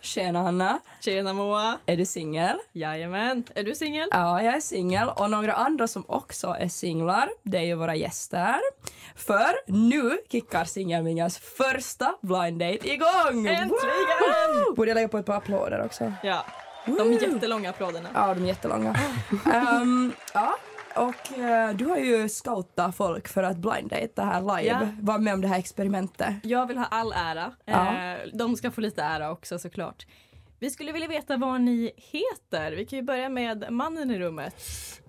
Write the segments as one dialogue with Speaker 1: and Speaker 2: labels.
Speaker 1: Tjena Hanna!
Speaker 2: Tjena Moa!
Speaker 1: Är du singel?
Speaker 2: Jajamän! Är du singel?
Speaker 1: Ja, jag är singel och några andra som också är singlar, det är ju våra gäster. För nu kickar singelmingans första blind date igång!
Speaker 2: Äntligen!
Speaker 1: Wow! Borde jag lägga på ett par applåder också?
Speaker 2: Ja,
Speaker 1: Woo!
Speaker 2: de jättelånga applåderna.
Speaker 1: Ja, de är jättelånga. Ehm, ja, och eh, du har ju scoutat folk för att blind date här live.
Speaker 2: Ja.
Speaker 1: Var med om det här experimentet.
Speaker 2: Jag vill ha all ära.
Speaker 1: Ja.
Speaker 2: Eh, de ska få lite ära också såklart. Vi skulle vilja veta vad ni heter. Vi kan ju börja med mannen i rummet.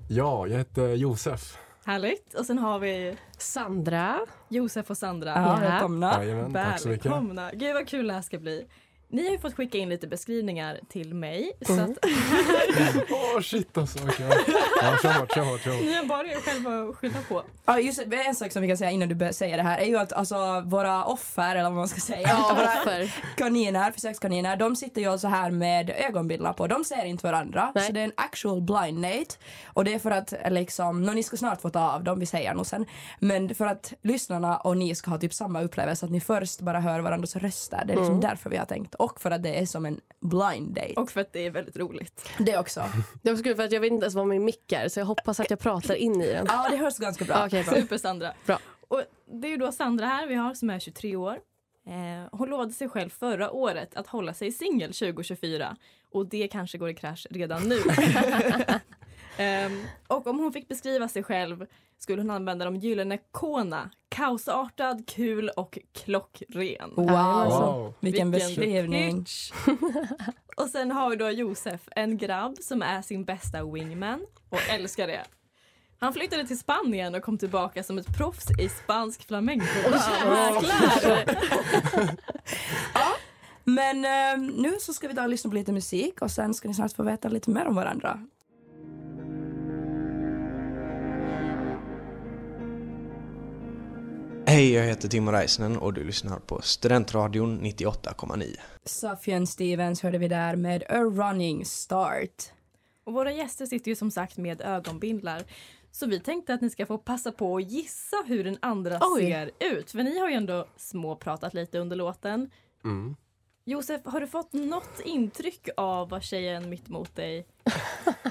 Speaker 3: Ja, jag heter Josef.
Speaker 2: Härligt. Och sen har vi
Speaker 4: Sandra.
Speaker 2: Josef och Sandra.
Speaker 1: Ja,
Speaker 4: Ja.
Speaker 1: välkomna.
Speaker 3: Jajamän, tack så mycket.
Speaker 2: Välkomna. Gud vad kul det här ska bli. Ni har ju fått skicka in lite beskrivningar till mig så att
Speaker 3: Åh shit alltså. okej. Ja, kör hårt, kör hårt, kör hårt.
Speaker 2: ni har bara er själva att skylla på.
Speaker 1: Ja, just det, en sak som vi kan säga innan du börjar säga det här är ju att alltså, våra offer, eller vad man ska säga, våra
Speaker 4: Offer.
Speaker 1: kaniner, försökskaniner, de sitter ju så här med ögonbindlar på. De ser inte varandra.
Speaker 4: Nej.
Speaker 1: Så det är en actual blind date. Och det är för att liksom, nå, ni ska snart få ta av dem, vi säger nog sen. Men för att lyssnarna och ni ska ha typ samma upplevelse, att ni först bara hör varandras röster. Det är liksom därför vi har tänkt. Och för att det är som en blind date.
Speaker 2: Och för att det är väldigt roligt.
Speaker 1: det också.
Speaker 4: Det var så kul för att jag vet inte ens vad min mick är så jag hoppas att jag pratar in i den.
Speaker 1: Ja, det hörs ganska bra.
Speaker 4: Okej, bra.
Speaker 2: Super Sandra.
Speaker 4: Bra.
Speaker 2: Och det är ju då Sandra här vi har som är 23 år. Eh, hon lovade sig själv förra året att hålla sig singel 2024 och det kanske går i krasch redan nu. Ehm, och om hon fick beskriva sig själv skulle hon använda de gyllene kona, kaosartad, kul och klockren.
Speaker 1: Wow.
Speaker 2: Alltså.
Speaker 3: Wow.
Speaker 1: Vilken beskrivning.
Speaker 2: pitch. och sen har vi då Josef, en grabb som är sin bästa wingman och älskar det. Han flyttade till Spanien och kom tillbaka som ett proffs i spansk flamenco.
Speaker 1: Men eh, nu så ska vi ta och lyssna på lite musik och sen ska ni snart få veta lite mer om varandra.
Speaker 5: Hej, jag heter Timo Räisänen och du lyssnar på Studentradion 98,9.
Speaker 1: Sufjan Stevens hörde vi där med A Running Start.
Speaker 2: Och våra gäster sitter ju som sagt med ögonbindlar. Så vi tänkte att ni ska få passa på att gissa hur den andra
Speaker 4: Oj.
Speaker 2: ser ut. För ni har ju ändå småpratat lite under låten.
Speaker 3: Mm.
Speaker 2: Josef, har du fått något intryck av vad tjejen mitt emot dig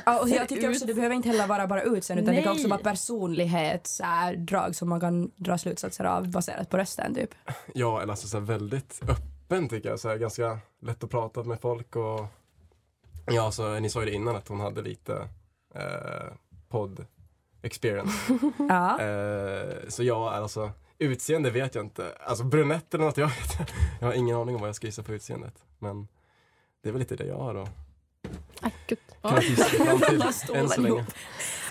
Speaker 1: Ja, och
Speaker 2: Ser
Speaker 1: jag tycker
Speaker 2: ut-
Speaker 1: också det behöver inte heller vara bara utseende utan det kan
Speaker 2: Nej.
Speaker 1: också vara personlighetsdrag som man kan dra slutsatser av baserat på rösten typ.
Speaker 3: Ja, eller alltså så här, väldigt öppen tycker jag. Så här, ganska lätt att prata med folk och ja, så ni sa ju det innan att hon hade lite eh, podd experience.
Speaker 1: Ja.
Speaker 3: Eh, så ja, alltså utseende vet jag inte. Alltså brunett eller något, jag vet inte. Jag har ingen aning om vad jag ska gissa på utseendet. Men det är väl lite det jag har då.
Speaker 4: Aj, gud.
Speaker 3: Kan jag gissa fram till, än så länge.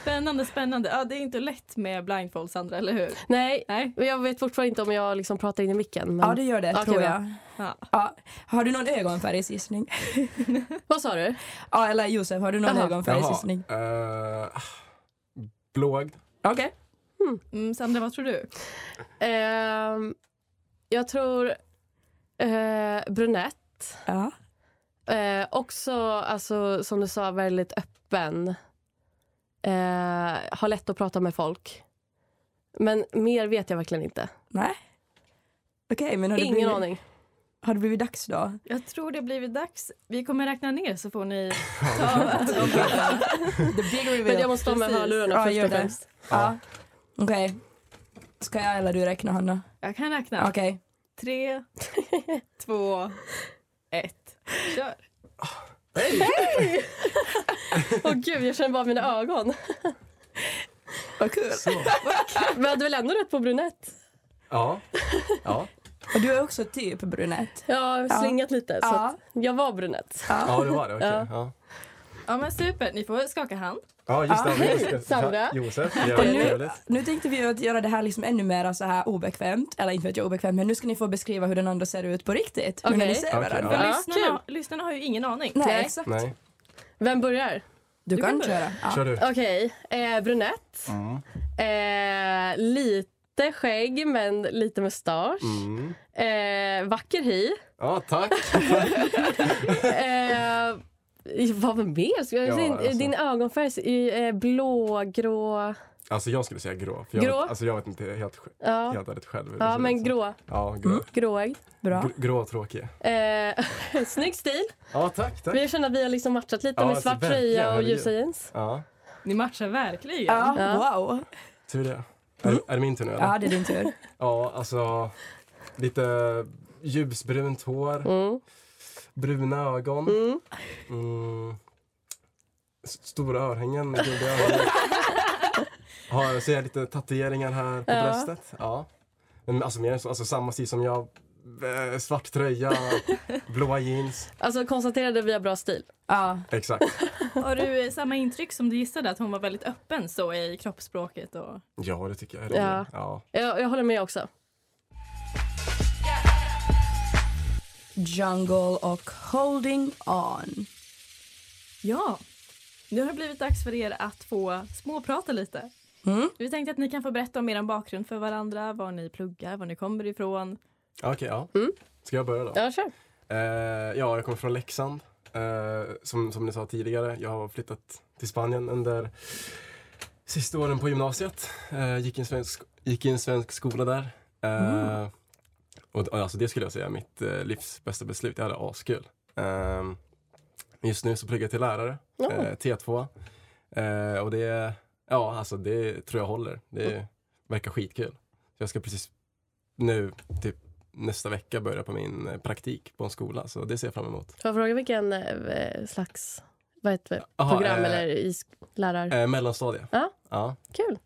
Speaker 2: Spännande, spännande. Ja, det är inte lätt med blindfold, Sandra, eller hur?
Speaker 4: Nej,
Speaker 2: Nej.
Speaker 4: men jag vet fortfarande inte om jag liksom pratar in i micken. Men...
Speaker 1: ja, det gör det
Speaker 4: Okej,
Speaker 1: tror
Speaker 4: bra.
Speaker 1: jag.
Speaker 2: Ja.
Speaker 1: Ja. Har du någon ögonfärgsgissning?
Speaker 4: Vad sa du?
Speaker 1: Ja, eller Josef, har du någon
Speaker 4: Jaha.
Speaker 1: ögonfärgsgissning?
Speaker 3: Jaha, eh, blåögd.
Speaker 1: Okej.
Speaker 2: Mm, Sandra, vad tror du?
Speaker 4: Ehm, jag tror eh, brunett.
Speaker 1: Ja.
Speaker 4: Eh, också, alltså, som du sa, väldigt öppen. Eh, har lätt att prata med folk. Men mer vet jag verkligen inte.
Speaker 1: Nej. Okej, men har det,
Speaker 4: Ingen
Speaker 1: blivit,
Speaker 4: aning.
Speaker 1: har det blivit dags då?
Speaker 2: Jag tror det blivit dags. Vi kommer räkna ner så får ni
Speaker 1: The big reveal.
Speaker 4: Men jag måste ta med
Speaker 2: Precis.
Speaker 4: hörlurarna
Speaker 1: Ja,
Speaker 4: först
Speaker 1: gör
Speaker 4: och
Speaker 1: det.
Speaker 4: främst.
Speaker 1: Ja. Okej. Ska jag eller du räkna Hanna?
Speaker 2: Jag kan räkna.
Speaker 1: Okej.
Speaker 2: Tre, två, ett. Kör.
Speaker 4: Åh gud, jag känner bara mina ögon.
Speaker 1: Vad kul.
Speaker 4: Men jag hade väl ändå rätt på brunett?
Speaker 3: Ja. ja.
Speaker 1: Och du är också typ brunett.
Speaker 4: Jag har
Speaker 1: Ja.
Speaker 4: slingat lite, så
Speaker 1: Ja.
Speaker 4: att jag var brunett.
Speaker 3: Ja, det var det. Okej. Ja.
Speaker 2: Ja, men super. Ni får skaka hand.
Speaker 3: ja, just det.
Speaker 4: hej,
Speaker 3: Just det.
Speaker 4: Sandra.
Speaker 3: Josef.
Speaker 1: Och
Speaker 3: Trevligt.
Speaker 1: nu,
Speaker 3: trevligt.
Speaker 1: nu tänkte vi ju att göra det här liksom ännu mer så här obekvämt, eller inte vet jag obekvämt, men nu ska ni få beskriva hur den andra ser ut på riktigt. Hur
Speaker 4: Okej.
Speaker 1: ni ser
Speaker 3: Okej,
Speaker 1: varandra.
Speaker 3: ja.
Speaker 2: För
Speaker 4: Ja,
Speaker 2: lyssnarna, lyssnarna har ju ingen aning.
Speaker 1: Nej,
Speaker 4: Nej.
Speaker 1: exakt.
Speaker 3: Nej,
Speaker 4: Vem börjar?
Speaker 1: Du, kan
Speaker 2: kan börja.
Speaker 1: köra. Ja.
Speaker 3: kör du.
Speaker 4: Okej, eh, brunett. Eh, lite skägg, men lite mustasch.
Speaker 3: Mm.
Speaker 4: Eh, vacker hy.
Speaker 3: Ja, tack.
Speaker 4: Eh, vad var mer? Ska jag
Speaker 3: Ja,
Speaker 4: säga?
Speaker 3: alltså.
Speaker 4: Din ögonfärg är eh, blå, grå.
Speaker 3: Alltså jag skulle säga grå. För jag,
Speaker 4: Grå?
Speaker 3: Vet, alltså jag vet inte helt, sj-
Speaker 4: Ja,
Speaker 3: helt ärligt själv. hur det
Speaker 4: ja
Speaker 3: ser
Speaker 4: men
Speaker 3: ut.
Speaker 4: grå.
Speaker 3: Ja, grå.
Speaker 4: Gråögd.
Speaker 1: Bra.
Speaker 3: Gr- grå och tråkig.
Speaker 4: Eh, snygg stil.
Speaker 3: Ja, tack, tack.
Speaker 4: Vi känner att vi har liksom matchat lite
Speaker 3: Ja,
Speaker 4: med
Speaker 3: alltså,
Speaker 4: svart
Speaker 3: verkligen,
Speaker 4: tröja och
Speaker 3: herregud.
Speaker 4: ljusa jeans.
Speaker 3: Ja,
Speaker 2: Ni matchar verkligen.
Speaker 1: Ja,
Speaker 4: Ja.
Speaker 1: wow.
Speaker 3: tur det.
Speaker 4: Mm.
Speaker 3: Är, är det min tur nu eller?
Speaker 1: Ja, det är din tur.
Speaker 3: Ja, alltså lite ljusbrunt hår,
Speaker 4: Mm.
Speaker 3: bruna ögon.
Speaker 4: Mm.
Speaker 3: Mm. S- Stora örhängen, guldiga örhängen. Har, så jag har lite tatueringar här på
Speaker 4: Ja.
Speaker 3: bröstet. Ja. Men alltså, mer än så, alltså samma stil som jag. Eh, Svart tröja, blåa jeans.
Speaker 4: Alltså konstaterade vi har bra stil.
Speaker 1: Ja,
Speaker 3: Exakt.
Speaker 2: Har du eh, samma intryck som du gissade att hon var väldigt öppen så i kroppsspråket? Och...
Speaker 3: Ja, det tycker jag.
Speaker 4: Ja.
Speaker 3: Ja.
Speaker 4: Jag, jag håller med också.
Speaker 1: Jungle och Holding On.
Speaker 2: Ja, nu har det blivit dags för er att få småprata lite.
Speaker 1: Mm.
Speaker 2: Vi tänkte att ni kan få berätta om er bakgrund för varandra, var ni pluggar, var ni kommer ifrån.
Speaker 3: Okej, ja.
Speaker 4: Mm.
Speaker 3: Ska jag börja då?
Speaker 4: Ja, kör.
Speaker 3: Eh, ja, jag kommer från Leksand. Eh, som, som ni sa tidigare, jag har flyttat till Spanien under sista åren på gymnasiet. Eh, gick, i en svensk, gick i en svensk skola där. Eh, och, d- alltså, det skulle jag säga är mitt eh, livs bästa beslut. Jag hade askul. Eh, just nu så pluggar jag till lärare,
Speaker 4: Ja.
Speaker 3: eh, T2. Eh, och det, ja, alltså, det tror jag håller. Det verkar skitkul. Så jag ska precis nu, typ nästa vecka börja på min eh, praktik på en skola. Så det ser jag fram emot.
Speaker 4: Får jag fråga vilken eh, slags vad heter det,
Speaker 3: Aha,
Speaker 4: program
Speaker 3: eh,
Speaker 4: eller i sk- lärar...
Speaker 3: Eh, mellanstadie.
Speaker 4: Ja.
Speaker 3: ja.
Speaker 4: Kul.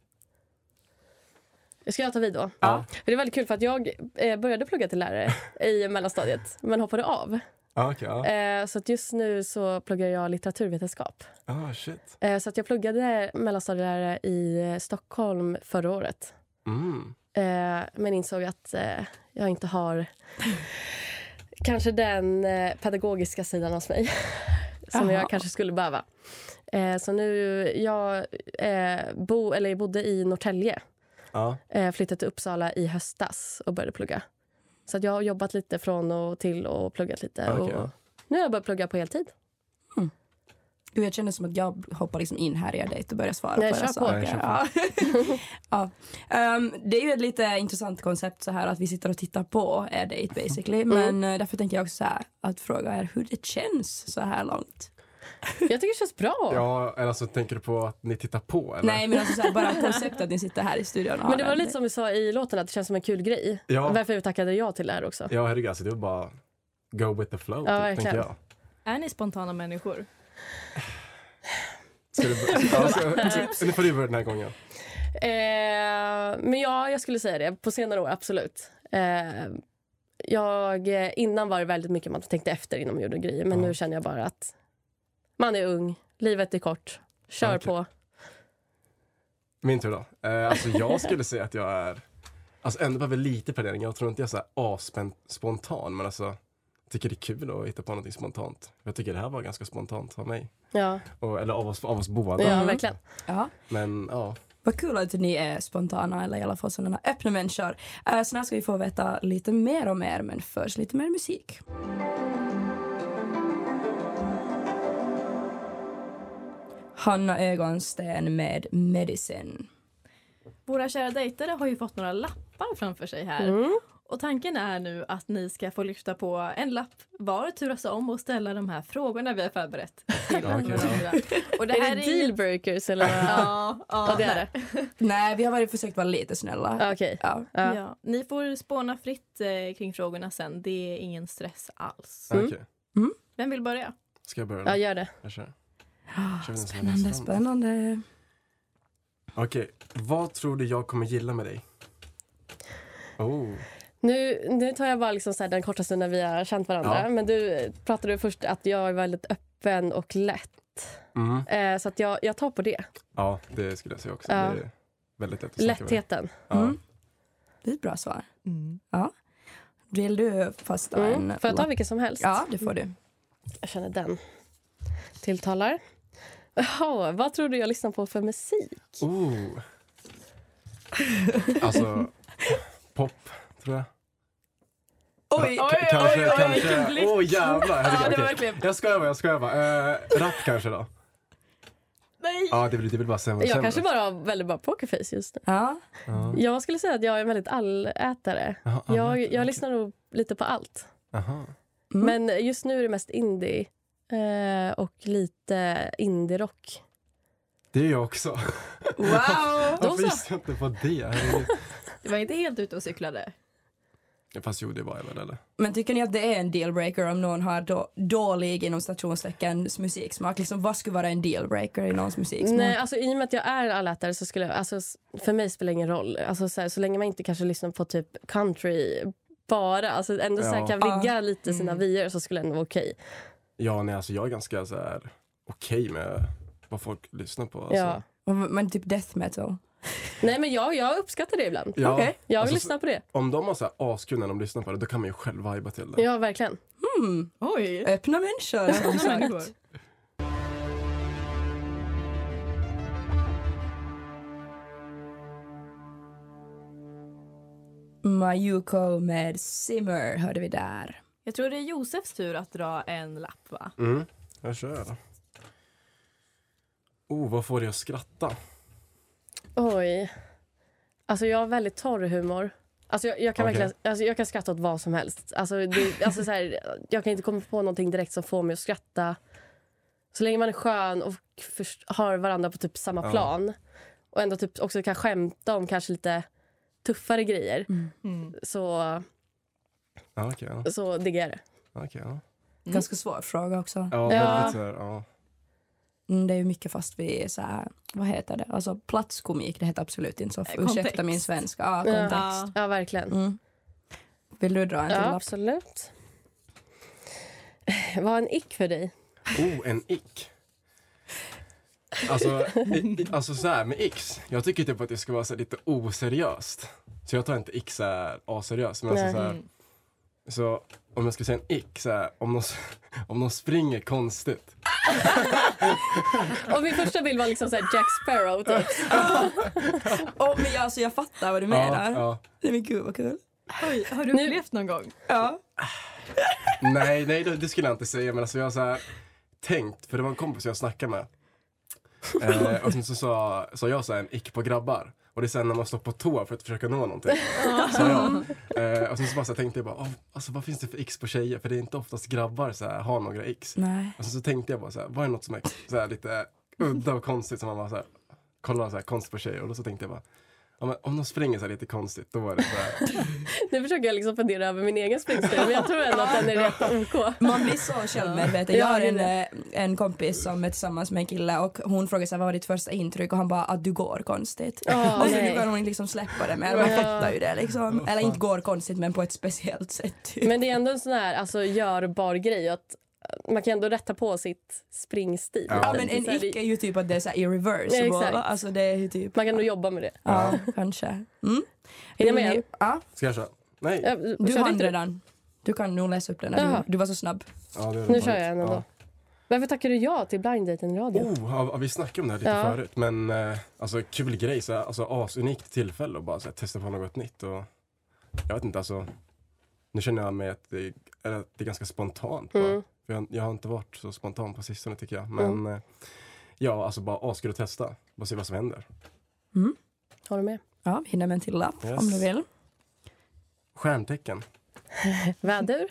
Speaker 4: Ska jag ta vid då?
Speaker 3: Ja.
Speaker 4: För Det är väldigt kul för att jag eh, började plugga till lärare i mellanstadiet men hoppade av.
Speaker 3: Ah, okej, ja.
Speaker 4: Eh, så att just nu så pluggar jag litteraturvetenskap.
Speaker 3: ah, shit.
Speaker 4: Eh, så att jag pluggade mellanstadielärare i eh, Stockholm förra året.
Speaker 3: Mm.
Speaker 4: Eh, men insåg att eh, jag inte har kanske den eh, pedagogiska sidan hos mig som
Speaker 1: Jaha.
Speaker 4: jag kanske skulle behöva. Eh, så nu, jag eh, bo, eller jag bodde i Norrtälje
Speaker 3: Ja.
Speaker 4: eh, flyttade till Uppsala i höstas och började plugga. Så att jag har jobbat lite från och till och pluggat lite.
Speaker 3: Okej.
Speaker 4: Och nu har jag börjat plugga på heltid.
Speaker 1: Du, jag känner som att jag hoppar liksom in här i er dejt och börjar svara
Speaker 4: Nej,
Speaker 1: på era
Speaker 4: kör på.
Speaker 1: saker.
Speaker 3: Nej,
Speaker 1: Ja.
Speaker 3: kör
Speaker 1: ja. Ehm, det är ju ett lite intressant koncept så här att vi sitter och tittar på er dejt basically.
Speaker 4: Mm.
Speaker 1: Men eh, därför tänker jag också så här att fråga er hur det känns så här långt.
Speaker 4: Jag tycker det känns bra.
Speaker 3: ja, eller alltså tänker du på att ni tittar på? Eller?
Speaker 1: Nej men alltså så här, bara konceptet att ni sitter här i studion och har
Speaker 4: Men det var
Speaker 1: den.
Speaker 4: lite som vi sa i låten, att det känns som en kul grej.
Speaker 3: Ja.
Speaker 4: Varför vi tackade ja till det här också.
Speaker 3: Ja, herregud, alltså det var bara go with the flow,
Speaker 4: Ja,
Speaker 3: typ, tänker
Speaker 4: verkligen.
Speaker 3: jag.
Speaker 2: Är ni spontana människor?
Speaker 3: Ska du, ja, ska, nu får du börja den här gången.
Speaker 4: Eh, men ja, jag skulle säga det. På senare år, absolut. Eh, jag, eh, innan var det väldigt mycket man tänkte efter innan man gjorde grejer. Men
Speaker 3: Ja.
Speaker 4: nu känner jag bara att man är ung, livet är kort. Kör
Speaker 3: Ja, okej.
Speaker 4: på.
Speaker 3: Min tur då. Eh, alltså jag skulle säga att jag är, alltså ändå behöver lite planering. Jag tror inte jag är så här aspen- spontan, men alltså tycker det är kul att hitta på någonting spontant. Jag tycker det här var ganska spontant av mig.
Speaker 4: Ja,
Speaker 3: Och, eller av oss, av oss båda.
Speaker 4: ja verkligen.
Speaker 1: Ja.
Speaker 3: Men ja.
Speaker 1: Vad kul att ni är spontana eller i alla fall sådana öppna människor. Eh, snart ska vi få veta lite mer om er men först lite mer musik. Hanna Ögonsten med Medicine.
Speaker 2: Våra kära dejtare har ju fått några lappar framför sig här. Och tanken är nu att ni ska få lyfta på en lapp var, turas om och ställa de här frågorna vi har förberett till
Speaker 3: Ja, okej, ja.
Speaker 2: varandra. Och det
Speaker 4: Är
Speaker 2: här
Speaker 4: det
Speaker 2: är inget...
Speaker 4: dealbreakers eller?
Speaker 2: Ja, ja,
Speaker 4: Ja, det är det.
Speaker 1: Nej, vi har varit, försökt vara lite snälla.
Speaker 4: Ja, Okej.
Speaker 1: Ja.
Speaker 4: Ja.
Speaker 2: Ja, ni får spåna fritt eh, kring frågorna sen. Det är ingen stress alls.
Speaker 3: Okej,
Speaker 2: Vem vill börja?
Speaker 3: ska jag börja? då?
Speaker 4: Ja, gör det.
Speaker 3: Jag kör.
Speaker 1: Ah,
Speaker 3: Kör vi den som är
Speaker 1: Spännande,
Speaker 3: nästan.
Speaker 1: spännande.
Speaker 3: Okej, vad tror du jag kommer gilla med dig? Oh,
Speaker 4: Nu, nu tar jag bara liksom så här den korta stunden vi har känt varandra.
Speaker 3: Ja.
Speaker 4: Men du eh, pratade först att jag är väldigt öppen och lätt.
Speaker 3: mm.
Speaker 4: Eh, så att jag, jag tar på det.
Speaker 3: Ja, det skulle jag säga också.
Speaker 4: Ja.
Speaker 3: Det är väldigt lätt att snacka med.
Speaker 4: Lättheten.
Speaker 3: Ja.
Speaker 1: Mm. Det är ett bra svar. Ja. Vill du fasta
Speaker 4: Mm.
Speaker 1: en
Speaker 4: Får jag ta
Speaker 1: lapp?
Speaker 4: vilken som helst?
Speaker 1: Ja, det får du.
Speaker 4: Jag känner den tilltalar. Jaha, vad tror du jag lyssnar på för musik?
Speaker 3: Oh. Alltså, pop, tror jag.
Speaker 1: Oj!
Speaker 3: K-
Speaker 6: oj,
Speaker 3: kanske,
Speaker 6: oj, oj, vilken
Speaker 3: kanske.
Speaker 6: blick.
Speaker 3: Åh jävlar.
Speaker 6: Ja, det
Speaker 3: Herregud,
Speaker 6: var
Speaker 3: okej.
Speaker 6: verkligen...
Speaker 3: Jag skojar bara, jag skojar bara. Eh, rap kanske då?
Speaker 6: Nej!
Speaker 3: Ja, det blir, det blir bara sämre och
Speaker 4: Jag
Speaker 3: sämre.
Speaker 4: kanske bara har väldigt bra pokerface just nu.
Speaker 1: Ja.
Speaker 3: Ja.
Speaker 4: Jag skulle säga att jag är en väldigt allätare.
Speaker 3: Jaha, ja,
Speaker 4: Jag,
Speaker 3: men-
Speaker 4: jag lyssnar nog lite på allt.
Speaker 3: Jaha.
Speaker 1: Mm.
Speaker 4: Men just nu är det mest indie eh, och lite indie-rock.
Speaker 3: Det är jag också.
Speaker 6: Wow!
Speaker 3: Varför
Speaker 4: så.
Speaker 3: visste jag inte på det? Herregud.
Speaker 2: Du var inte helt ute och cyklade.
Speaker 3: Ja, Fast jo, det var jag väl eller?
Speaker 1: Men tycker ni att det är en dealbreaker om någon har då, dålig inom stationsteckens musiksmak? Liksom, vad skulle vara en dealbreaker i någons musiksmak?
Speaker 4: Nej, alltså, I och med att jag är allätare så skulle jag, alltså, s- för mig spelar det ingen roll. Alltså, så, här, så länge man inte kanske lyssnar på typ country bara, alltså, ändå så här,
Speaker 3: Ja.
Speaker 4: kan
Speaker 1: Ja.
Speaker 4: vigga lite sina
Speaker 1: Mm.
Speaker 4: vyer så skulle det ändå vara okej.
Speaker 3: Ja, nej, alltså jag är ganska så här okej med vad folk lyssnar på. Alltså.
Speaker 4: Ja.
Speaker 1: Men, men typ death metal?
Speaker 4: Nej men jag, jag uppskattar det ibland.
Speaker 3: Ja,
Speaker 1: Okej.
Speaker 4: Jag
Speaker 3: alltså,
Speaker 4: lyssnar på det.
Speaker 3: Om de har så här askul när de lyssnar på det, då kan man ju själv vibea till det.
Speaker 4: Ja, verkligen.
Speaker 1: Mm.
Speaker 2: Oj!
Speaker 1: Öppna människor som
Speaker 2: Öppna
Speaker 1: sagt.
Speaker 2: människor.
Speaker 1: Mayuko med Simmer hörde vi där.
Speaker 2: Jag tror det är Josefs tur att dra en lapp va?
Speaker 3: Mm, jag kör. Oh, vad får det att skratta?
Speaker 4: Oj. Alltså jag har väldigt torr humor. Alltså jag, jag, kan
Speaker 3: Okej.
Speaker 4: verkligen, alltså jag kan skratta åt vad som helst. Alltså det, alltså så här, jag kan inte komma på någonting direkt som får mig att skratta. Så länge man är skön och först, har varandra på typ samma
Speaker 3: Ja.
Speaker 4: plan och ändå typ också kan skämta om kanske lite tuffare grejer Mm. så,
Speaker 3: Ja, okej. ja.
Speaker 4: så diggar jag det.
Speaker 3: Ja, okej, ja.
Speaker 1: Ganska svår fråga också.
Speaker 3: ja,
Speaker 4: Ja.
Speaker 3: väldigt så här, ja.
Speaker 1: Mm, det är ju mycket fast vi är så här, vad heter det, alltså platskomik, det heter absolut inte så.
Speaker 2: Kontext.
Speaker 1: Ursäkta min svenska, Eh, ja,
Speaker 4: Ja.
Speaker 1: kontext.
Speaker 4: Ja, verkligen.
Speaker 1: Mm. Vill du dra en till
Speaker 4: Ja,
Speaker 1: lapp?
Speaker 4: absolut. Vad är en ick för dig?
Speaker 3: Oh, en ick. Alltså, i, i, alltså så här med icks. Jag tycker typ att det ska vara så här lite oseriöst. Så jag tar inte ick så här aseriöst. Men alltså
Speaker 4: Nej.
Speaker 3: så, här, så om jag ska säga en ick, så här, om, någon, s- om någon springer konstigt.
Speaker 4: Och min första bild var liksom så här Jack Sparrow. Typ.
Speaker 1: Åh, men jag, alltså, jag fattar vad du
Speaker 3: Ja,
Speaker 1: menar.
Speaker 3: ja.
Speaker 1: Nej, men gud vad kul.
Speaker 2: Oj, har du upplevt någon gång?
Speaker 1: Ja.
Speaker 3: Nej, nej det, det skulle jag inte säga. Men alltså jag har så här, tänkt, för det var en kompis jag snackade med. Eh, och sen så sa, sa jag så här, en ick på grabbar. Och det är sen när man står på tå för att försöka nå någonting. Sa jag. Eh, och sen så bara så här, tänkte jag bara, "Åh, alltså, vad finns det för icks på tjejer? För det är inte oftast grabbar så här, har några icks.
Speaker 1: Nej.
Speaker 3: Och sen så tänkte jag bara så här, vad är något som är så här, lite udda och konstigt som man bara så här, kollar så här, konstigt på tjejer. Och då så tänkte jag bara, ja, men om de springer så här lite konstigt, då är det så här.
Speaker 4: Nu försöker jag liksom fundera över min egen springstil, men jag tror ändå att den är rätt OK.
Speaker 1: Man blir så självmedveten. Jag har en, eh, en kompis som är tillsammans med en kille och hon frågar sig vad var ditt första intryck och han bara att du går konstigt.
Speaker 4: Åh,
Speaker 1: och så nu
Speaker 4: nej.
Speaker 1: kan hon liksom släppa det men man fattar ju det liksom. Eller inte går konstigt men på ett speciellt sätt typ.
Speaker 4: Men det är ändå en sån här alltså, görbar grej. Att eh, man kan ändå rätta på sitt springstil.
Speaker 1: Ja
Speaker 3: Ja,
Speaker 1: men en
Speaker 4: Så här, det-
Speaker 1: ick är ju typ att det är såhär irreversible.
Speaker 4: Nej, exakt.
Speaker 1: va? alltså det är ju typ,
Speaker 4: Man kan nog jobba med det.
Speaker 1: ja kanske. Mm.
Speaker 4: Är det med
Speaker 1: Vill ni-
Speaker 4: en?
Speaker 1: Ja,
Speaker 3: Ska jag köra? Nej.
Speaker 4: Jag,
Speaker 1: du
Speaker 4: körde
Speaker 1: hann
Speaker 4: inte det.
Speaker 1: redan. Du kan nog läsa upp den när
Speaker 4: Jaha.
Speaker 1: du, du var så snabb.
Speaker 3: Ja, det är det.
Speaker 4: Nu kör jag en ändå. Varför tackar du ja till Blind Date in radio?
Speaker 3: Oh, ja, vi snackade om det här lite
Speaker 4: Ja.
Speaker 3: förut. Men eh, alltså, kul grej. Så här, alltså, asunikt tillfälle att bara så här, testa på något nytt. Och, jag vet inte, alltså. Nu känner jag mig att det är, eller att det är ganska spontant. bara.
Speaker 4: Mm.
Speaker 3: För jag, jag har inte varit så spontan på sistone tycker jag. Men eh, ja, alltså bara askul att testa. Bara se vad som händer.
Speaker 4: Har du med?
Speaker 1: Ja, vi hinner med en till lapp
Speaker 3: Yes.
Speaker 1: om du vill.
Speaker 3: Stjärntecken.
Speaker 4: Vädur?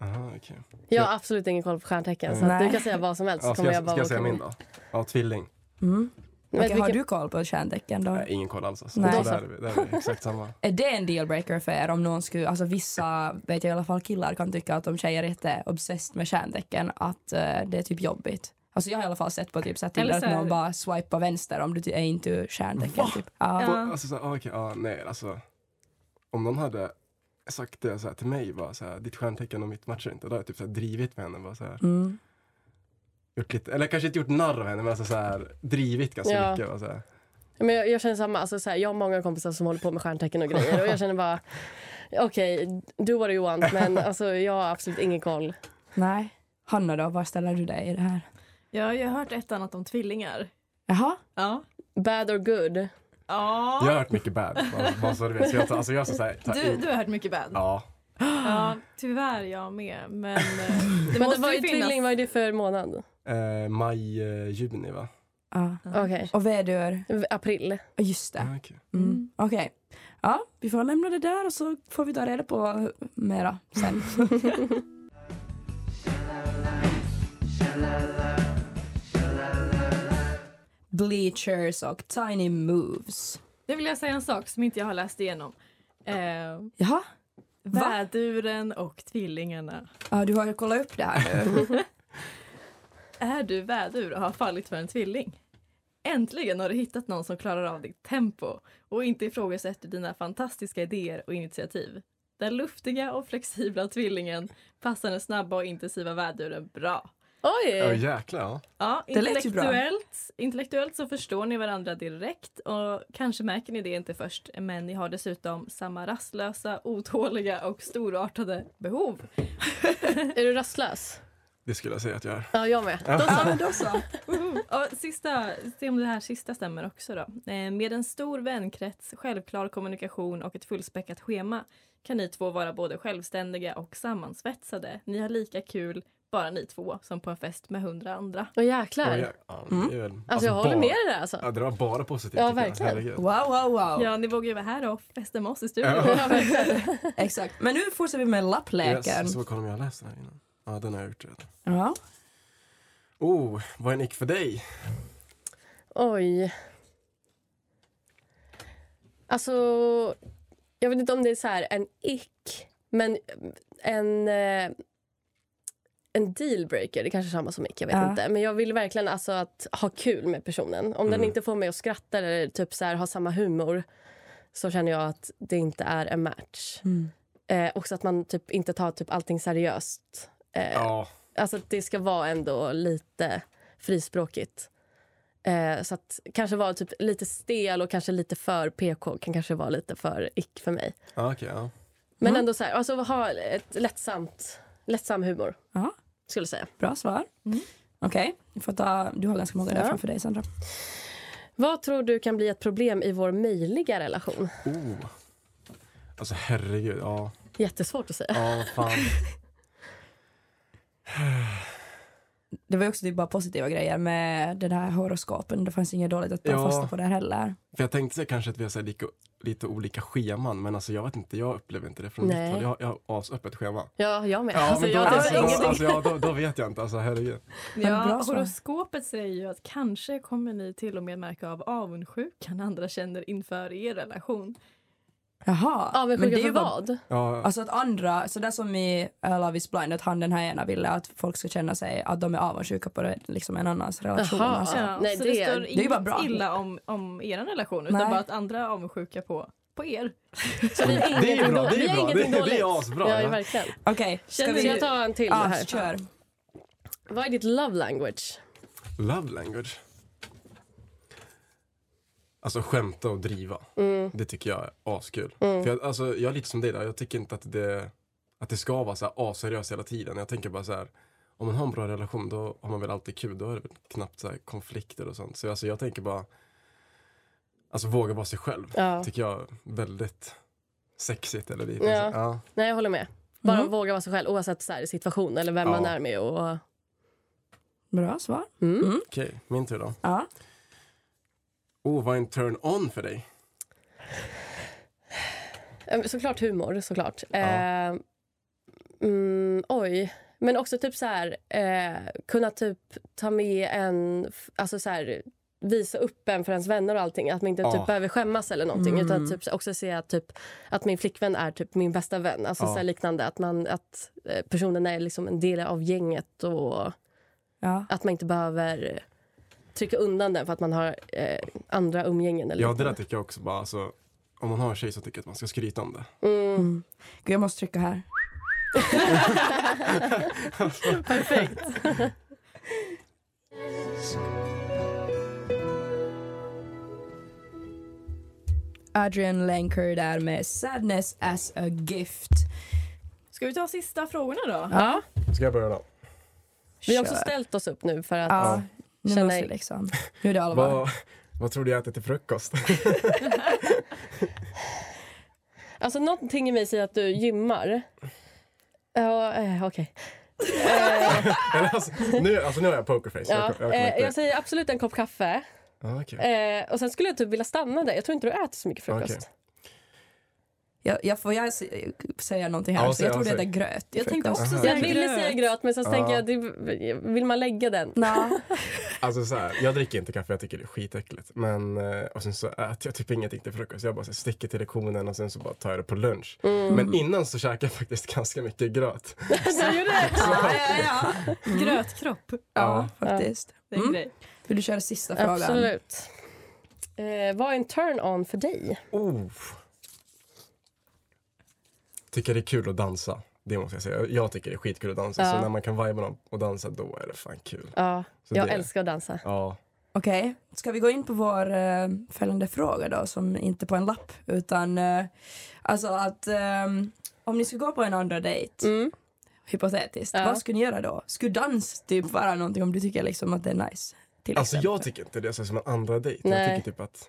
Speaker 3: Aha, okay.
Speaker 4: Jag har absolut ingen koll på stjärntecken, så att
Speaker 1: Nej.
Speaker 4: du kan säga vad som helst.
Speaker 3: ja,
Speaker 4: så
Speaker 3: ska
Speaker 4: kommer jag
Speaker 3: jag,
Speaker 4: bara
Speaker 3: ska jag säga
Speaker 4: åka
Speaker 3: min
Speaker 4: med.
Speaker 3: då? Ja, tvilling.
Speaker 1: Mm.
Speaker 4: Men
Speaker 1: Okej, har
Speaker 4: vilken-
Speaker 1: du koll på kärntecken då?
Speaker 3: Nej, ingen koll alls. Alltså.
Speaker 1: Nej.
Speaker 3: Så där är vi, där är vi exakt samma.
Speaker 1: Är det en dealbreaker för er om någon skulle, alltså vissa vet jag i alla fall killar kan tycka att om tjejer är jätte obsessed med stjärntecken att eh, det är typ jobbigt. Alltså jag har i alla fall sett på typ så här Tinder
Speaker 2: Eller så
Speaker 1: att
Speaker 2: här-
Speaker 1: någon bara swipar vänster om du ty- är inte stjärntecken typ. Ja.
Speaker 3: Och,
Speaker 2: Ja.
Speaker 3: alltså, så, här, ah, okej, ah, nej, alltså, om någon hade sagt det så här, till mig, bara, så här, ditt stjärntecken och mitt matchar inte, då hade jag typ, så här, drivit med henne. Bara, så här,
Speaker 1: Mm.
Speaker 3: gjort lite, eller kanske inte gjort narr av henne, men alltså, så här, drivit ganska
Speaker 4: Ja.
Speaker 3: mycket. Bara, så här.
Speaker 4: Ja, Men jag, jag känner samma. Alltså, så här, jag har många kompisar som håller på med stjärntecken och grejer. Och jag känner bara, okej, do what you want. Men alltså, jag har absolut ingen koll.
Speaker 1: Nej. Hanna då, var ställer du dig i det här?
Speaker 2: Ja, jag har hört ett annat om tvillingar.
Speaker 1: Jaha?
Speaker 2: Ja.
Speaker 4: Bad or good?
Speaker 2: Ja.
Speaker 3: Jag har hört mycket bad. bara- Bara så du vet. Så jag, tar- alltså jag sa så här, ta
Speaker 2: Du,
Speaker 3: in-
Speaker 2: du har hört mycket bad.
Speaker 3: Ja.
Speaker 2: Ja, tyvärr jag med. Men eh, det
Speaker 4: Men det
Speaker 2: måste
Speaker 4: var ju
Speaker 2: ju finnas.
Speaker 4: tvilling, vad är det för månad?
Speaker 3: Eh, maj, eh, juni va?
Speaker 1: Ja.
Speaker 4: Okej.
Speaker 1: Och vädur,
Speaker 4: April.
Speaker 1: Ja, just det.
Speaker 3: Ah, okej.
Speaker 1: Mm. Okej. Ja, vi får lämna det där och så får vi ta reda på mera sen. Bleachers och Tiny Moves.
Speaker 2: Nu vill jag säga en sak som inte jag har läst igenom. Eh,
Speaker 1: Jaha, Va?
Speaker 2: väduren och tvillingarna.
Speaker 1: ja, du har ju kollat upp det här nu.
Speaker 2: Är du vädur och har fallit för en tvilling? Äntligen har du hittat någon som klarar av ditt tempo och inte ifrågasätter dina fantastiska idéer och initiativ. Den luftiga och flexibla tvillingen passar den snabba och intensiva väduren bra.
Speaker 4: Oj!
Speaker 3: Ja, jäklar ja.
Speaker 2: Ja,
Speaker 1: Det lät ju bra.
Speaker 2: intellektuellt, intellektuellt så förstår ni varandra direkt och kanske märker ni det inte först men ni har dessutom samma rastlösa, otåliga och storartade behov.
Speaker 4: Är du rastlös?
Speaker 3: Det skulle jag säga att jag är.
Speaker 4: Ja, jag med.
Speaker 1: ja, men då så.
Speaker 2: Och sista, se om det här sista stämmer också då. Eh, Med en stor vänkrets, självklar kommunikation och ett fullspäckat schema kan ni två vara både självständiga och sammansvetsade. Ni har lika kul, bara ni två, som på en fest med hundra andra.
Speaker 4: Åh
Speaker 3: Och
Speaker 4: jäklar.
Speaker 3: jag- ja, men det är väl-
Speaker 4: Alltså jag håller
Speaker 3: bara-
Speaker 4: med dig där alltså.
Speaker 3: Ja, det var bara positivt.
Speaker 4: Ja,
Speaker 3: tycker jag.
Speaker 4: verkligen.
Speaker 3: Herregud.
Speaker 1: Wow, wow, wow.
Speaker 2: Ja, ni vågar ju vara här och festa med oss i studion.
Speaker 1: Exakt. Men nu fortsätter vi med lappläkaren.
Speaker 3: Yes, så kolla om jag har läst den här innan. Ja, den har jag gjort redan.
Speaker 1: Ja.
Speaker 3: Oh, vad är en ick för dig?
Speaker 4: Oj. Alltså, jag vet inte om det är så här en ick, men en, eh, en dealbreaker. Det kanske är samma som ick, jag vet
Speaker 1: Ja.
Speaker 4: inte. Men jag vill verkgen alltså att ha kul med personen. Om den
Speaker 3: Mm.
Speaker 4: inte får mig att skratta eller typ så här, ha samma humor så känner jag att det inte är en match.
Speaker 1: Mm.
Speaker 4: Eh, också att man typ inte tar typ allting seriöst. Eh,
Speaker 3: Ja,
Speaker 4: Alltså att det ska vara ändå lite frispråkigt. Eh, så att kanske vara typ lite stel och kanske lite för PK kan kanske vara lite för ick för mig.
Speaker 3: ja okej. ja.
Speaker 4: Men
Speaker 1: Mm.
Speaker 4: ändå så här, alltså ha ett lättsamt, lättsam humor.
Speaker 1: Ja.
Speaker 4: Skulle jag säga.
Speaker 1: Bra svar.
Speaker 2: Mm.
Speaker 1: Okej, du, får ta, du har ganska många där
Speaker 4: Ja.
Speaker 1: framför dig Sandra.
Speaker 4: Vad tror du kan bli ett problem i vår mejliga relation?
Speaker 3: Oh. Alltså herregud, ja.
Speaker 4: Jättesvårt att säga.
Speaker 3: Ja, vad fan.
Speaker 1: Det var ju också typ bara positiva grejer med den här horoskopen. Det fanns inget dåligt att ta
Speaker 3: Ja.
Speaker 1: fasta på där heller.
Speaker 3: För jag tänkte så här, kanske att vi har så här, lika, lite olika scheman, men alltså jag vet inte, jag upplever inte det från
Speaker 4: Nej.
Speaker 3: mitt håll. Jag, har- jag har asöppet schema.
Speaker 4: Ja, jag med.
Speaker 3: Ja,
Speaker 4: alltså,
Speaker 3: men då,
Speaker 4: jag,
Speaker 3: då,
Speaker 4: det är
Speaker 3: alltså,
Speaker 4: ingenting.
Speaker 3: ja, då, då vet jag inte, alltså herregud.
Speaker 1: Men
Speaker 2: Ja,
Speaker 1: bra svar.
Speaker 2: horoskopet säger ju att kanske kommer ni till och med märka av avundsjukan andra känner inför er relation.
Speaker 1: Jaha. men det
Speaker 4: Avundsjuka
Speaker 1: är
Speaker 4: för
Speaker 1: ju bara-
Speaker 4: vad?
Speaker 3: Ja,
Speaker 1: Alltså att andra, så där som i eh, Love is blind, att han den här ena ville att folk ska känna sig att de är avundsjuka på det, liksom en annans relation.
Speaker 4: Jaha.
Speaker 1: Alltså.
Speaker 2: Ja,
Speaker 4: nej,
Speaker 2: så
Speaker 4: det-
Speaker 2: det, står
Speaker 4: det
Speaker 1: är ju bara
Speaker 2: inget
Speaker 1: bra.
Speaker 2: illa om, om er relation utan
Speaker 1: Nej.
Speaker 2: bara att andra är avundsjuka på, på er.
Speaker 4: Så vi har
Speaker 3: det är ju
Speaker 4: ingenting
Speaker 3: bra,
Speaker 4: då-
Speaker 3: det
Speaker 4: vi
Speaker 3: är
Speaker 4: har
Speaker 3: bra, det,
Speaker 4: ingenting
Speaker 3: det, det
Speaker 4: dåligt.
Speaker 3: är asbra.
Speaker 4: Ja,
Speaker 3: ja.
Speaker 4: verkligen.
Speaker 1: Okej, ska
Speaker 2: Känner
Speaker 4: Ska
Speaker 1: vi...
Speaker 4: jag ta en till
Speaker 1: Ja,
Speaker 4: här?
Speaker 1: kör.
Speaker 4: Vad är ditt love language?
Speaker 3: Love language. Alltså skämta och driva.
Speaker 4: Mm.
Speaker 3: Det tycker jag är askul. För jag, alltså, jag är lite som dig där. Jag tycker inte att det, att det ska vara så här aseriöst hela tiden. Jag tänker bara så här. Om man har en bra relation då har man väl alltid kul. Då är det väl knappt så här konflikter och sånt. Så alltså, jag tänker bara. Alltså våga vara sig själv.
Speaker 4: Ja.
Speaker 3: Tycker jag är väldigt sexigt eller lite.
Speaker 4: Ja.
Speaker 3: så- Ja.
Speaker 4: Nej, jag håller med. Bara
Speaker 1: Mm.
Speaker 4: våga vara sig själv oavsett så här, situation eller vem man
Speaker 3: Ja.
Speaker 4: är med. Och...
Speaker 1: Bra svar.
Speaker 4: Mm.
Speaker 3: Okej, min tur då.
Speaker 1: Ja.
Speaker 3: Oh, vad är en turn on för dig?
Speaker 4: Eh, Såklart humor, såklart.
Speaker 3: Ja.
Speaker 4: Eh, mm, oj. Men också typ så här, eh, kunna typ ta med en... f- Alltså så här, visa upp en för ens vänner och allting. Att man inte
Speaker 3: Ja.
Speaker 4: typ behöver skämmas eller någonting.
Speaker 1: Mm.
Speaker 4: Utan typ också se att, typ, att min flickvän är typ min bästa vän. Alltså
Speaker 3: Ja.
Speaker 4: så här liknande. Att, man, att eh, personen är liksom en del av gänget och
Speaker 1: Ja.
Speaker 4: att man inte behöver trycka undan den för att man har eh, andra umgängen. Eller
Speaker 3: Ja, det
Speaker 4: liknande.
Speaker 3: där tycker jag också bara. Alltså, om man har en tjej som tycker jag att man ska skryta om det.
Speaker 1: Mm. Gud, jag måste trycka här.
Speaker 2: Perfekt.
Speaker 1: Adrian Lenker där med Sadness as a gift.
Speaker 2: Ska vi ta sista frågorna då?
Speaker 1: Ja.
Speaker 3: Ska jag börja då?
Speaker 4: Vi har också
Speaker 1: Kör.
Speaker 4: ställt oss upp nu för att...
Speaker 1: Ja, nu
Speaker 4: Känner-
Speaker 1: måste vi liksom. Nu är det allvar.
Speaker 3: Vad, Vad tror du jag äter till frukost?
Speaker 4: Alltså någonting i mig säger att du gymmar. Ja, eh, okej. Eh,
Speaker 3: Eller, alltså, nu, alltså nu har jag pokerface.
Speaker 4: ja,
Speaker 3: Jag, kom- jag,
Speaker 4: eh,
Speaker 3: kommer
Speaker 4: jag
Speaker 3: inte-
Speaker 4: säger absolut en kopp kaffe.
Speaker 3: ah, okej.
Speaker 4: Eh, och sen skulle jag typ vilja stanna där. Jag tror inte du äter så mycket frukost.
Speaker 3: Okej.
Speaker 1: Jag, jag får jag se- säga någonting här
Speaker 3: Ja,
Speaker 1: också?
Speaker 3: säg,
Speaker 1: Jag
Speaker 3: ja,
Speaker 1: tror det
Speaker 3: säg.
Speaker 1: heter gröt.
Speaker 2: Jag tänkte
Speaker 1: frukost.
Speaker 2: också
Speaker 3: Aha.
Speaker 2: säga
Speaker 4: Jag ville
Speaker 2: gröt.
Speaker 4: säga gröt, men sen så
Speaker 3: Ja.
Speaker 4: tänker jag, det, vill man lägga den?
Speaker 1: Nå.
Speaker 3: Alltså så här, jag dricker inte kaffe, jag tycker det är skitäckligt. Men, eh, och sen så äter jag typ ingenting till frukost. Jag bara så här, sticker till lektionen och sen så bara tar jag det på lunch.
Speaker 4: Mm.
Speaker 3: Men innan så käkar jag faktiskt ganska mycket gröt.
Speaker 1: Ja, ja, ja.
Speaker 2: Mm. Grötkropp.
Speaker 1: ja, faktiskt.
Speaker 2: Det är en
Speaker 1: Mm.
Speaker 2: grej.
Speaker 1: Vill du köra sista frågan?
Speaker 4: Absolut. Eh, vad är en turn-on för dig?
Speaker 3: Oh. Tycker det är kul att dansa. Det måste jag säga. Jag tycker det är skitkul att dansa.
Speaker 4: Ja.
Speaker 3: Så när man kan vibe med dem och dansa, då är det fan kul.
Speaker 4: Ja,
Speaker 3: Så
Speaker 4: jag
Speaker 3: det-
Speaker 4: älskar att dansa.
Speaker 3: Ja.
Speaker 1: Okej, ska vi gå in på vår eh, följande fråga då som inte på en lapp utan eh, alltså att ehm, om ni skulle gå på en andra dejt
Speaker 4: Mm.
Speaker 1: hypotetiskt,
Speaker 4: Ja.
Speaker 1: vad skulle ni göra då? Skulle dans typ vara någonting om du tycker liksom att det är nice? Till
Speaker 3: Alltså
Speaker 1: exempel?
Speaker 3: jag tycker inte det så här som en andra dejt.
Speaker 4: Nej.
Speaker 3: Jag tycker typ att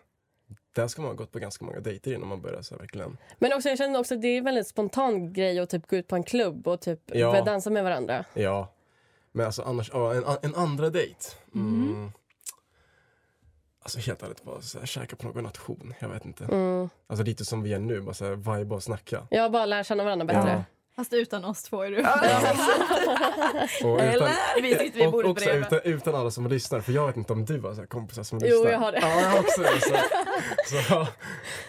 Speaker 3: där ska man ha gått på ganska många dejter innan man börjar så här verkligen.
Speaker 4: Men också, jag känner också att det är en väldigt spontan grej att typ gå ut på en klubb och typ
Speaker 3: Ja.
Speaker 4: börja dansa med varandra.
Speaker 3: Ja. Men alltså annars, ja, en, en andra dejt. Mm. Alltså helt ärligt, bara så här, käka på någon nation. Jag vet inte.
Speaker 4: Mm.
Speaker 3: Alltså lite som vi är nu, bara så här, vibe och snacka.
Speaker 4: Jag bara lär känna varandra bättre.
Speaker 2: Fast utan oss två är du.
Speaker 3: Och utan,
Speaker 2: Vi sitter vid
Speaker 3: och
Speaker 2: bordet
Speaker 3: också
Speaker 2: bredvid.
Speaker 3: utan, utan alla som lyssnar, för jag vet inte om du har så här kompisar som lyssnar.
Speaker 4: Jo, jag har det.
Speaker 3: Ja, jag har också det. Så, så, ja.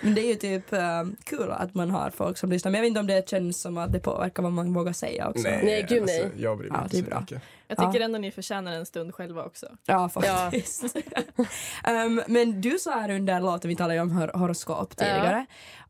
Speaker 1: Men det är ju typ eh, kul att man har folk som lyssnar men jag vet inte om det känns som att det påverkar vad man vågar säga också.
Speaker 4: Nej, gud, nej.
Speaker 3: Alltså, jag bryr mig
Speaker 1: Ja,
Speaker 3: inte
Speaker 1: det är
Speaker 3: så
Speaker 1: bra.
Speaker 3: mycket.
Speaker 2: Jag tycker ändå ni förtjänar en stund själva också.
Speaker 1: Ja faktiskt. Ehm, men du sa här under låten vi talade om hor- horoskop tidigare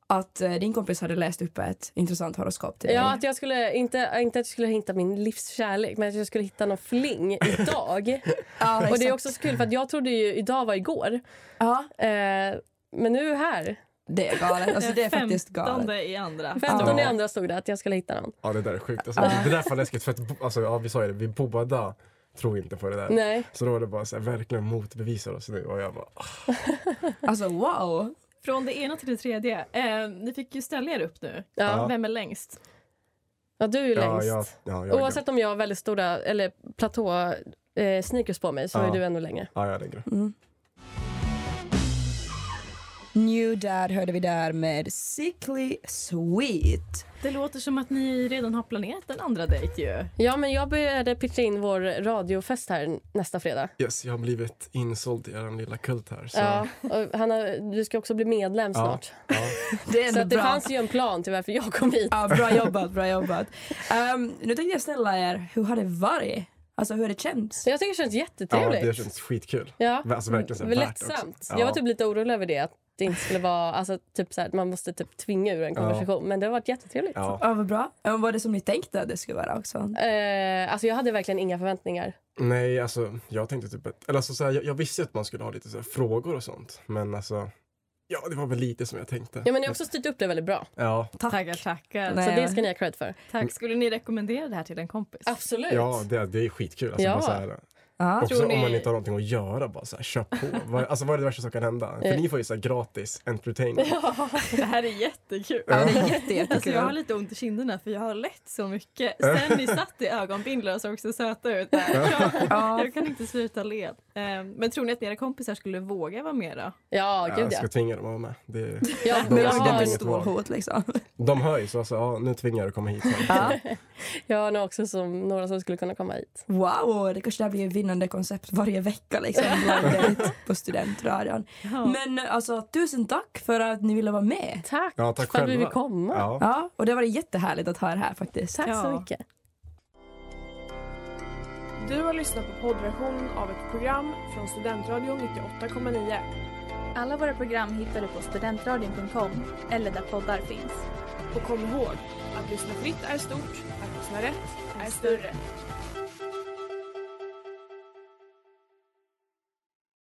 Speaker 1: att eh, din kompis hade läst upp ett intressant horoskop till
Speaker 4: Ja,
Speaker 1: dig.
Speaker 4: att jag skulle, inte, inte att jag skulle hitta min livskärlek, men att jag skulle hitta någon fling idag.
Speaker 1: Ja,
Speaker 4: och det
Speaker 1: exakt.
Speaker 4: är också så kul, för att jag trodde ju idag var igår.
Speaker 1: Ja,
Speaker 4: Eh, men nu är vi här.
Speaker 1: det är galet. Alltså det är faktiskt galet.
Speaker 2: i andra.
Speaker 4: 15 i
Speaker 3: Ja.
Speaker 4: andra stod det att jag skulle hitta någon.
Speaker 3: Ja, det där är sjukt. Alltså, Det där är fan läskigt. För att, bo- alltså, ja, vi sa ju det, vi båda tror inte på det där.
Speaker 4: Nej.
Speaker 3: Så då var det bara så här, verkligen motbevisar oss nu. Och jag bara, ah,
Speaker 1: Alltså wow.
Speaker 2: Från det ena till det tredje. Eh, ni fick ju ställa er upp nu.
Speaker 4: Ja.
Speaker 2: Vem är längst?
Speaker 4: Ja, du är ju
Speaker 3: ja,
Speaker 4: längst.
Speaker 3: jag, ja, jag,
Speaker 4: Oavsett om jag har väldigt stora eller platå eh, sneakers på mig så
Speaker 3: Ja.
Speaker 4: är du ännu längre.
Speaker 3: Ja, jag är längre.
Speaker 1: New Dad hörde vi där med Sickly Sweet.
Speaker 2: Det låter som att ni redan har planerat en andra dejt ju.
Speaker 4: Ja, men jag började pitcha in vår radiofest här nästa fredag.
Speaker 3: Yes, jag har blivit insåld i er lilla kult här. Så,
Speaker 4: Ja, och Hanna, du ska också bli medlem
Speaker 3: Ja.
Speaker 4: snart.
Speaker 3: ja.
Speaker 1: Det är
Speaker 4: Så
Speaker 1: ändå
Speaker 4: att det
Speaker 1: bra.
Speaker 4: fanns ju en plan till varför jag kom hit.
Speaker 1: Ja, bra jobbat, bra jobbat. Ehm, nu tänkte jag ställa er, hur har det varit? Alltså hur har det känts?
Speaker 4: Så jag tycker det känns
Speaker 3: ja,
Speaker 4: jättetrevligt.
Speaker 3: det känns skitkul.
Speaker 4: Ja.
Speaker 3: Alltså verkligen så här, värt också.
Speaker 4: Lättsamt. Mm. Jag var typ lite orolig över det. Att det inte skulle vara, alltså, typ så här, att man måste typ tvinga ur en konversation. Men det har varit jättetrevligt.
Speaker 3: Ja.
Speaker 1: Ja, vad bra. Men var det som ni tänkte att det skulle vara också?
Speaker 4: Eh, alltså jag hade verkligen inga förväntningar.
Speaker 3: Nej, alltså jag tänkte typ att, eller alltså, så här, jag, jag visste ju att man skulle ha lite så här, frågor och sånt. Men alltså, ja det var väl lite som jag tänkte.
Speaker 4: Ja, men ni har också styrt upp det väldigt bra.
Speaker 3: ja,
Speaker 2: Tackar, tackar.
Speaker 1: Nej.
Speaker 4: Så det ska ni ha cred för.
Speaker 2: Tack. Skulle ni rekommendera det här till en kompis?
Speaker 4: Absolut.
Speaker 3: ja det, det är skitkul. Alltså,
Speaker 4: Ja.
Speaker 3: bara, så här,
Speaker 1: Ja.
Speaker 3: också
Speaker 2: Tror ni-
Speaker 3: om man inte har någonting att göra, bara så här, köp på. Vad- alltså vad är det värsta som kan hända? För
Speaker 4: Eh.
Speaker 3: ni får ju så här, gratis entertainment.
Speaker 2: Det här är jättekul.
Speaker 1: Ja, det är jätte, jättekul.
Speaker 2: Alltså jag har lite ont i kinderna för jag har lätt så mycket. Sen ni satt i ögonbindlar och såg så söta ut där. Jag,
Speaker 1: Ja,
Speaker 2: jag kan inte sluta le. Ehm, Men tror ni att era kompisar skulle våga vara med då?
Speaker 4: Ja,
Speaker 3: Ja,
Speaker 4: gud
Speaker 3: jag
Speaker 4: ja.
Speaker 3: ska tvinga dem att vara med. Det,
Speaker 4: Ja,
Speaker 3: Men
Speaker 1: men
Speaker 3: jag
Speaker 1: det
Speaker 3: har-
Speaker 1: Alltså, är
Speaker 4: jag,
Speaker 1: ett
Speaker 3: inget val.
Speaker 1: stort hot liksom.
Speaker 3: de hör ju så, alltså, ja, nu tvingar jag dig att komma hit.
Speaker 1: Ja.
Speaker 4: jag har nog också som några som skulle kunna komma hit.
Speaker 1: Wow, det kanske där blir ett vinnande koncept varje vecka liksom. blind date på studentradion. Men alltså tusen tack för att ni ville vara med.
Speaker 4: Tack,
Speaker 3: Ja, tack
Speaker 4: för att vi
Speaker 3: själva.
Speaker 4: fick komma.
Speaker 3: Ja.
Speaker 1: Ja, och det har varit jättehärligt att ha er här faktiskt.
Speaker 4: Tack så
Speaker 2: Ja.
Speaker 4: mycket.
Speaker 6: Du har lyssnat på poddversionen av ett program från Studentradion 98,9.
Speaker 7: Alla våra program hittar du på studentradion.com eller där poddar finns.
Speaker 6: Och kom ihåg, att lyssna fritt är stort, att lyssna rätt är större.